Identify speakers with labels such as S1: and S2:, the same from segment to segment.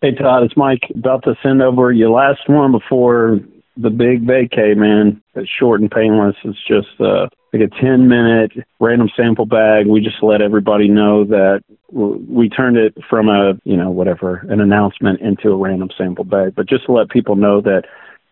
S1: Hey Todd, it's Mike. About to send over your last one before the big vacay, man. It's short and painless. It's just uh, like a 10 minute random sample bag. We just let everybody know that w- we turned it from a, you know, whatever, an announcement into a random sample bag. But just to let people know that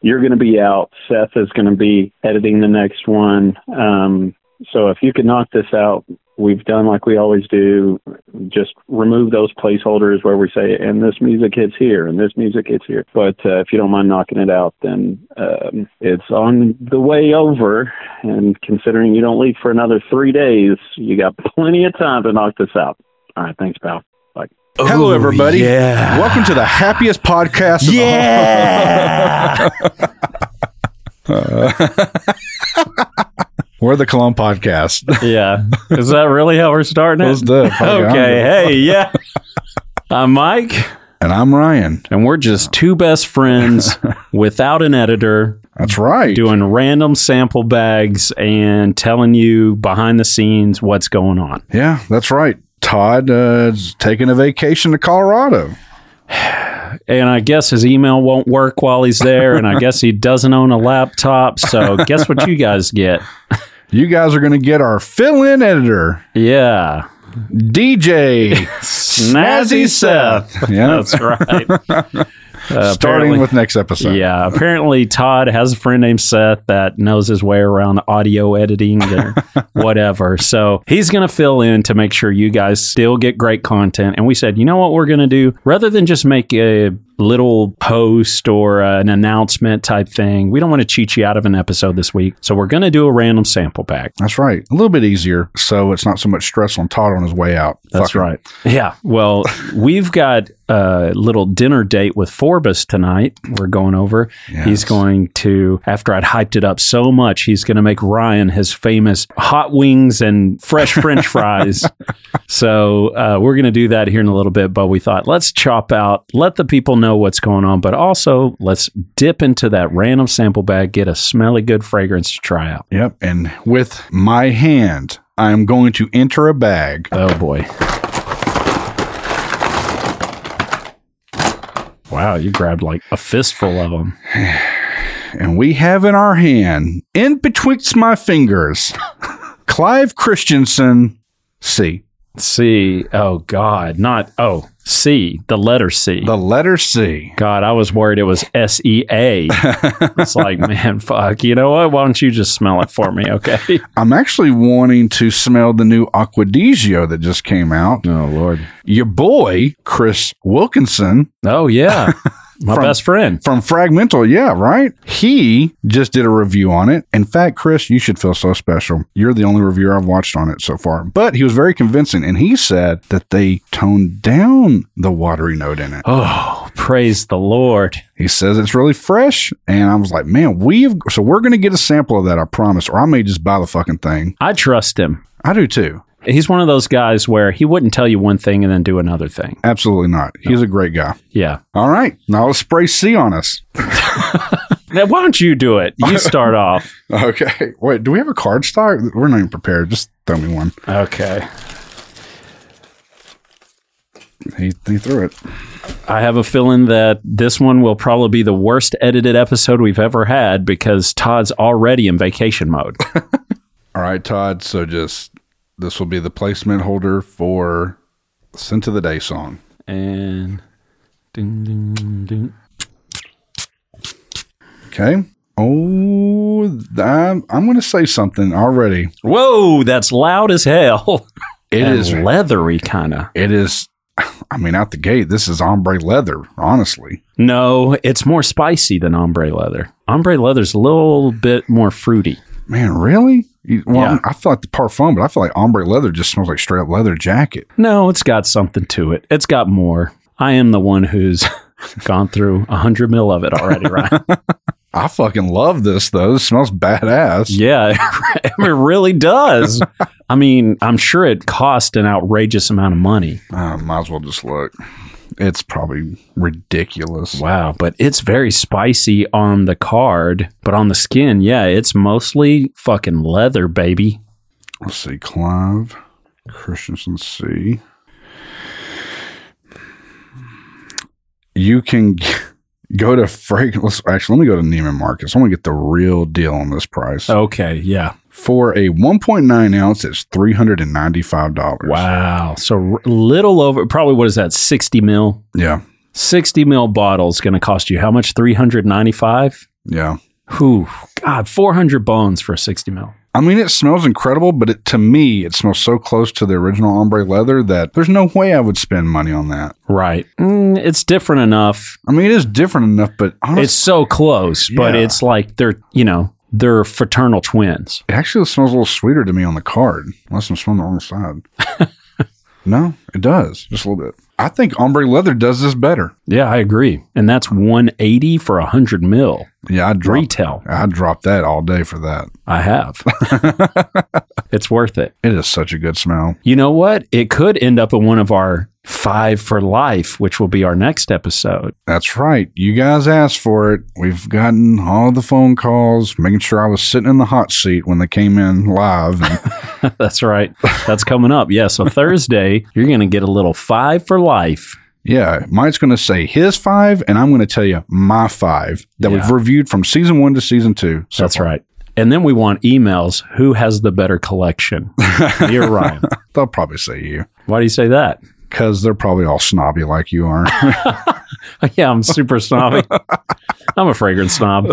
S1: you're going to be out. Seth is going to be editing the next one. Um, so if you could knock this out, we've done like we always do. Just remove those placeholders where we say, and this music hits here, and this music hits here. But uh, if you don't mind knocking it out, then um, it's on the way over. And considering you don't leave for another three days, you got plenty of time to knock this out. All right, thanks, pal. Bye.
S2: Hello,
S3: Ooh,
S2: everybody.
S3: yeah.
S2: Welcome to the happiest podcast. of
S3: Yeah.
S2: all. We're the Cologne Podcast.
S3: yeah. Is that really how we're starting
S2: What's
S3: it?
S2: the
S3: Okay. Hey, yeah. I'm Mike,
S2: And I'm Ryan.
S3: and we're just two best friends without an editor
S2: That's right.
S3: doing random sample bags and telling you behind the scenes what's going on.
S2: yeah, that's right. Todd uh, is taking a vacation to Colorado.
S3: And I guess his email won't work while he's there, and I guess he doesn't own a laptop. So, guess what you guys get?
S2: You guys are going to get our fill in editor,
S3: Yeah.
S2: DJ.
S3: Snazzy Seth.
S2: yeah.
S3: That's right. Uh, apparently-
S2: Starting with next episode.
S3: Yeah, apparently Todd has a friend named Seth that knows his way around audio editing or whatever. So he's going to fill in to make sure you guys still get great content. And we said, you know what we're going to do? Rather than just make a little post or uh, an announcement type thing, we don't want to cheat you out of an episode this week. So we're going to do a random sample pack.
S2: That's right. A little bit easier. So it's not so much stress on Todd on his way out.
S3: That's
S2: Fuck him.
S3: right. Yeah. Well, we've got a little dinner date with Forbes tonight. We're going over. He's
S2: Yes.
S3: going to, after I'd hyped it up so much, he's going to make Ryan his famous hot wings and fresh french fries. so uh, we're going to do that here in a little bit. But we thought, let's chop out, let the people know what's going on, but also let's dip into that random sample bag, get a smelly good fragrance to try out.
S2: Yep. And with my hand, I'm going to enter a bag.
S3: Oh, boy. Wow, you grabbed like a fistful of them.
S2: and we have in our hand, in betwixt my fingers, Clive Christensen C.
S3: C. Oh God, not oh C. The letter C.
S2: The letter C.
S3: God, I was worried it was S E A. It's like, man, fuck. You know what? Why don't you just smell it for me, okay?
S2: I'm actually wanting to smell the new Aquadisio that just came out.
S3: Oh Lord.
S2: Your boy, Chris Wilkinson
S3: Oh yeah, my
S2: From-
S3: best friend.
S2: from Fragmental, yeah, right? He just did a review on it. In fact, Chris, you should feel so special. You're the only reviewer I've watched on it so far. But he was very convincing, and he said that they toned down the watery note in it.
S3: Oh, praise the Lord.
S2: He says it's really fresh. And I was like, man, we've so we're gonna get a sample of that, I promise. Or I may just buy the fucking thing.
S3: I trust him.
S2: I do too.
S3: He's one of those guys where he wouldn't tell you one thing and then do another thing.
S2: Absolutely not. He's a great guy.
S3: Yeah.
S2: All right. Now let's spray C on us.
S3: Now, why don't you do it? You start off.
S2: Okay. Wait, do we have a card stock? We're not even prepared. Just throw me one.
S3: Okay.
S2: He, he threw it.
S3: I have a feeling that this one will probably be the worst edited episode we've ever had because Todd's already in vacation mode.
S2: All right, Todd. So just this will be the placement holder for Scent of the Day song.
S3: and ding, ding, ding.
S2: Okay. Oh, th- I'm, I'm going to say something already.
S3: Whoa, that's loud as hell.
S2: It
S3: and
S2: is
S3: leathery kind of.
S2: It is, I mean, out the gate, this is ombre leather, honestly.
S3: No, it's more spicy than ombre leather. Ombre leather's a little bit more fruity.
S2: Man, really? You- Well,
S3: Yeah.
S2: I feel like the parfum, but I feel like ombre leather just smells like straight up leather jacket.
S3: No, it's got something to it. It's got more. I am the one who's gone through a hundred mil of it already, right?
S2: I fucking love this, though. This smells badass.
S3: Yeah, it really does. I mean, I'm sure it cost an outrageous amount of money.
S2: Uh, might as well just look. It's probably ridiculous.
S3: Wow, but it's very spicy on the card, but on the skin, yeah, it's mostly fucking leather, baby.
S2: Let's see. Clive Christensen C. you can go to Frag. Let's actually let me go to Neiman Marcus. I want to get the real deal on this price.
S3: Okay. Yeah.
S2: For a 1.9 ounce, it's three hundred and ninety five dollars.
S3: Wow. So r- little over, probably what is that? 60 mil.
S2: Yeah.
S3: 60 mil bottle's going to cost you how much? 395?
S2: Yeah.
S3: Whew. God, 400 bones for 60 mil.
S2: I mean, it smells incredible, but it, to me, it smells so close to the original ombre leather that there's no way I would spend money on that.
S3: Right. Mm, it's different enough.
S2: I mean, it is different enough, but honestly,
S3: It's so close, but
S2: Yeah.
S3: it's like they're, you know, they're fraternal twins.
S2: it actually smells a little sweeter to me on the card, unless I'm smelling the wrong side. no, it does, just a little bit. I think ombre leather does this better.
S3: Yeah, I agree. And that's 180 for 100 mil
S2: Yeah, I drop,
S3: retail.
S2: I drop that all day for that.
S3: I have. it's worth it.
S2: It is such a good smell.
S3: You know what? It could end up in one of our five for life, which will be our next episode.
S2: That's right. You guys asked for it. We've gotten all the phone calls, making sure I was sitting in the hot seat when they came in live. And
S3: That's right. That's coming up. Yeah. So Thursday, you're going to get a little five for life.
S2: Yeah, Mike's going to say his five, and I'm going to tell you my five that
S3: Yeah.
S2: we've reviewed from season one to season two. So
S3: That's right. And then we want emails. Who has the better collection? You're Ryan.
S2: they'll probably say you
S3: Why do you say that?
S2: because they're probably all snobby like you are.
S3: Yeah, I'm super snobby. I'm a fragrance snob.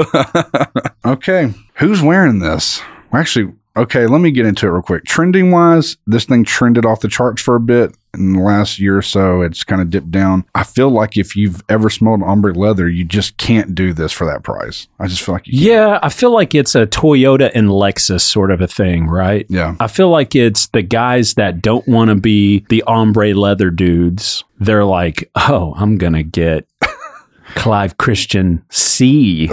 S2: okay, who's wearing this? Well, Actually, okay, let me get into it real quick. Trending wise, this thing trended off the charts for a bit. In the last year or so, it's kind of dipped down. I feel like if you've ever smelled ombre leather, you just can't do this for that price. I just feel like, you,
S3: Yeah, I feel like it's a Toyota and Lexus sort of a thing, right?
S2: yeah,
S3: I feel like it's the guys that don't want to be the ombre leather dudes. They're like, oh, I'm going to get Clive Christian C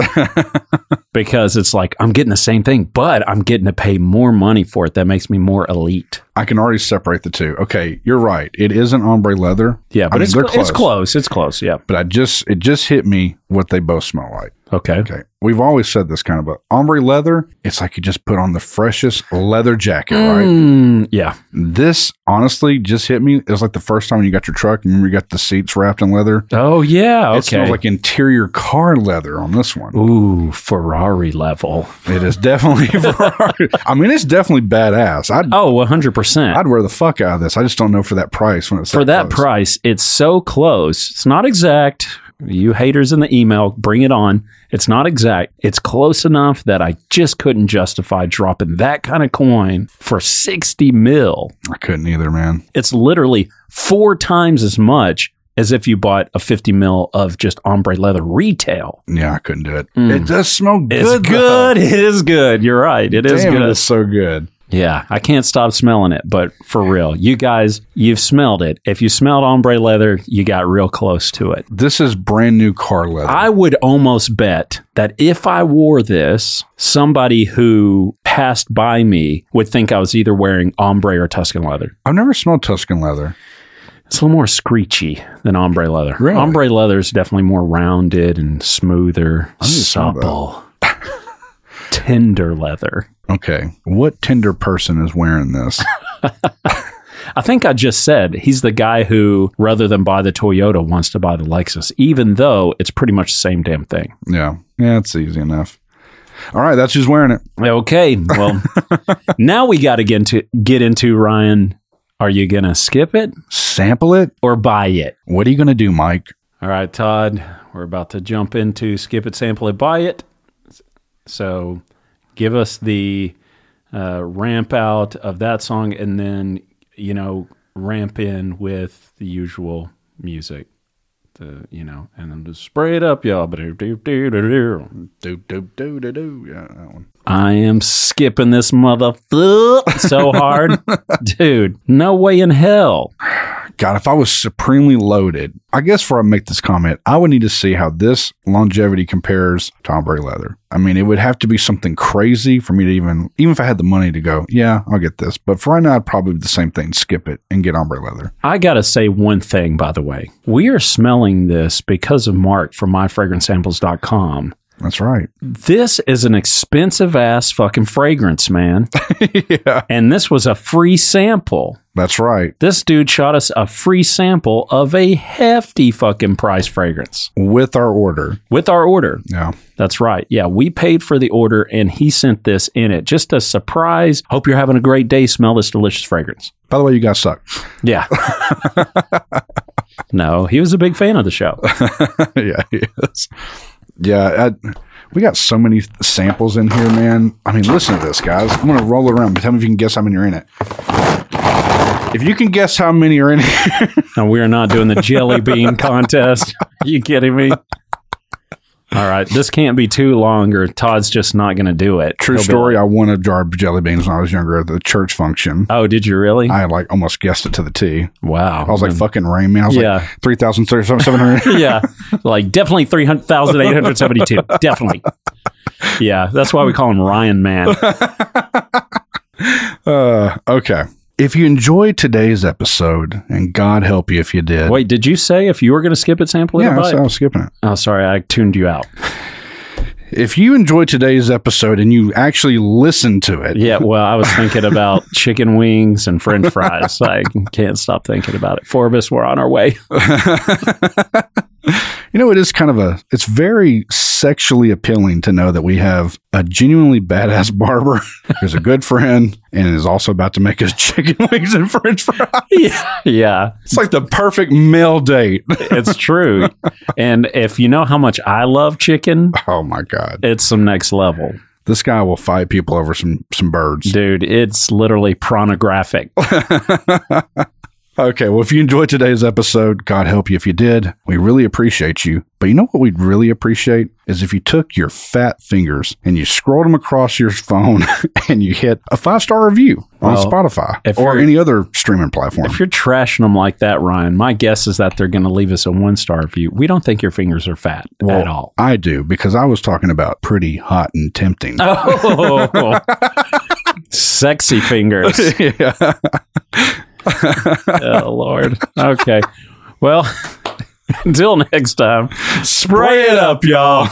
S3: because it's like, I'm getting the same thing, but I'm getting to pay more money for it. That makes me more elite.
S2: I can already separate the two. Okay, you're right. It is an ombre leather.
S3: Yeah, but
S2: mean,
S3: it's,
S2: they're
S3: cl- it's close. It's close. Yeah.
S2: but I just it just hit me what they both smell like.
S3: Okay.
S2: Okay, we've always said this kind of, but ombre leather, it's like you just put on the freshest leather jacket, right?
S3: Mm, yeah.
S2: This honestly just hit me. It was like the first time when you got your truck. Remember, you got the seats wrapped in leather.
S3: Oh, yeah.
S2: It smells
S3: Okay.
S2: like interior car leather on this one.
S3: Ooh, Ferrari level.
S2: It is definitely. Ferrari. I mean, it's definitely badass. I'd
S3: Oh, 100%.
S2: I'd wear the fuck out of this. I just don't know for that price when it's
S3: for that
S2: close.
S3: price, it's so close. It's not exact. You haters in the email, bring it on. It's not exact. It's close enough that I just couldn't justify dropping that kind of coin for 60 mil.
S2: I couldn't either, man.
S3: It's literally four times as much as if you bought a 50 mil of just ombre leather retail.
S2: Yeah, I couldn't do it.
S3: Mm.
S2: It does smell good.
S3: It's good.
S2: though.
S3: It is good. You're right. It is
S2: Damn,
S3: good.
S2: it is so good.
S3: Yeah, I can't stop smelling it, but for real, you guys, you've smelled it. If you smelled ombre leather, you got real close to it.
S2: This is brand new car leather.
S3: I would almost bet that if I wore this, somebody who passed by me would think I was either wearing ombre or Tuscan leather.
S2: I've never smelled Tuscan leather.
S3: It's a little more screechy than ombre leather.
S2: Really?
S3: Ombre leather is definitely more rounded and smoother,
S2: need to smell that.
S3: supple, tender leather.
S2: Okay. What Tinder person is wearing this?
S3: I think I just said he's the guy who, rather than buy the Toyota, wants to buy the Lexus, even though it's pretty much the same damn thing.
S2: yeah. Yeah, it's easy enough. All right, that's who's wearing it.
S3: Okay, well, now we got to get into get into Ryan. Are you gonna skip it
S2: Sample it.
S3: or buy it?
S2: What are you going to do, Mike?
S3: All right, Todd, we're about to jump into skip it, sample it, buy it. So, give us the uh, ramp out of that song, and then you know ramp in with the usual music. The you know, and then just spray it up, y'all.
S2: Do, do, do, do, do. Yeah, that one.
S3: I am skipping this motherfucker so hard. Dude, no way in hell.
S2: God, if I was supremely loaded, I guess before I make this comment, I would need to see how this longevity compares to ombre leather. I mean, it would have to be something crazy for me to even, even if I had the money to go, yeah, I'll get this. But for right now, I'd probably do the same thing, skip it and get ombre leather.
S3: I got to say one thing, by the way. We are smelling this because of Mark from myfragrancesamples.com.
S2: That's right.
S3: This is an expensive ass fucking fragrance, man.
S2: yeah.
S3: And this was a free sample.
S2: That's right.
S3: This dude shot us a free sample of a hefty fucking price fragrance
S2: With our order.
S3: with our order.
S2: Yeah.
S3: That's right. Yeah, we paid for the order and he sent this in it. Just a surprise. Hope you're having a great day. Smell this delicious fragrance.
S2: By the way, you guys suck.
S3: Yeah. no, he was a big fan of the show.
S2: yeah, he is. Yeah, I, we got so many samples in here, man. I mean, listen to this, guys. I'm gonna roll it around. Tell me if you can guess how many are in it. If you can guess how many are in it,
S3: No, we are not doing the jelly bean contest. you kidding me? All right, this can't be too long, or Todd's just not going to do it.
S2: true
S3: He'll be
S2: story. I won a jar of jelly beans when I was younger at the church function.
S3: like, oh, did you really?
S2: I like almost guessed it to the T.
S3: wow.
S2: I was like, "Fucking rain, man." I was
S3: Mm. Yeah.
S2: like, 3,700.
S3: yeah, like definitely 300,872. definitely. Yeah, that's why we call him Ryan Man.
S2: uh, okay. If you enjoyed today's episode, and God help you if you did.
S3: Wait, did you say if you were going to skip it, sample it? or
S2: yeah, I
S3: buy
S2: was,
S3: it?
S2: I was skipping it.
S3: Oh, sorry, I tuned you out.
S2: If you enjoyed today's episode and you actually listened to it,
S3: Yeah, well, I was thinking about chicken wings and french fries. I can't stop thinking about it. Four of us were on our way.
S2: You know, it is kind of a, it's very sexually appealing to know that we have a genuinely badass barber who's a good friend and is also about to make us chicken wings and french fries.
S3: yeah. yeah,
S2: It's like the perfect male date.
S3: it's true. and if you know how much I love chicken,
S2: Oh my God.
S3: it's some next level.
S2: This guy will fight people over some, some birds.
S3: Dude, it's literally pornographic.
S2: Okay. Well, if you enjoyed today's episode, God help you if you did. We really appreciate you. But you know what we'd really appreciate is if you took your fat fingers and you scrolled them across your phone and you hit a five star review on
S3: Well,
S2: Spotify
S3: if
S2: or
S3: you're-
S2: any other streaming platform.
S3: If you're trashing them like that, Ryan, my guess is that they're going to leave us a one star review. We don't think your fingers are fat at all.
S2: I do because I was talking about pretty hot and tempting.
S3: Oh, sexy fingers.
S2: yeah.
S3: oh, Lord. Okay. Well, until next time, spray it up, y'all.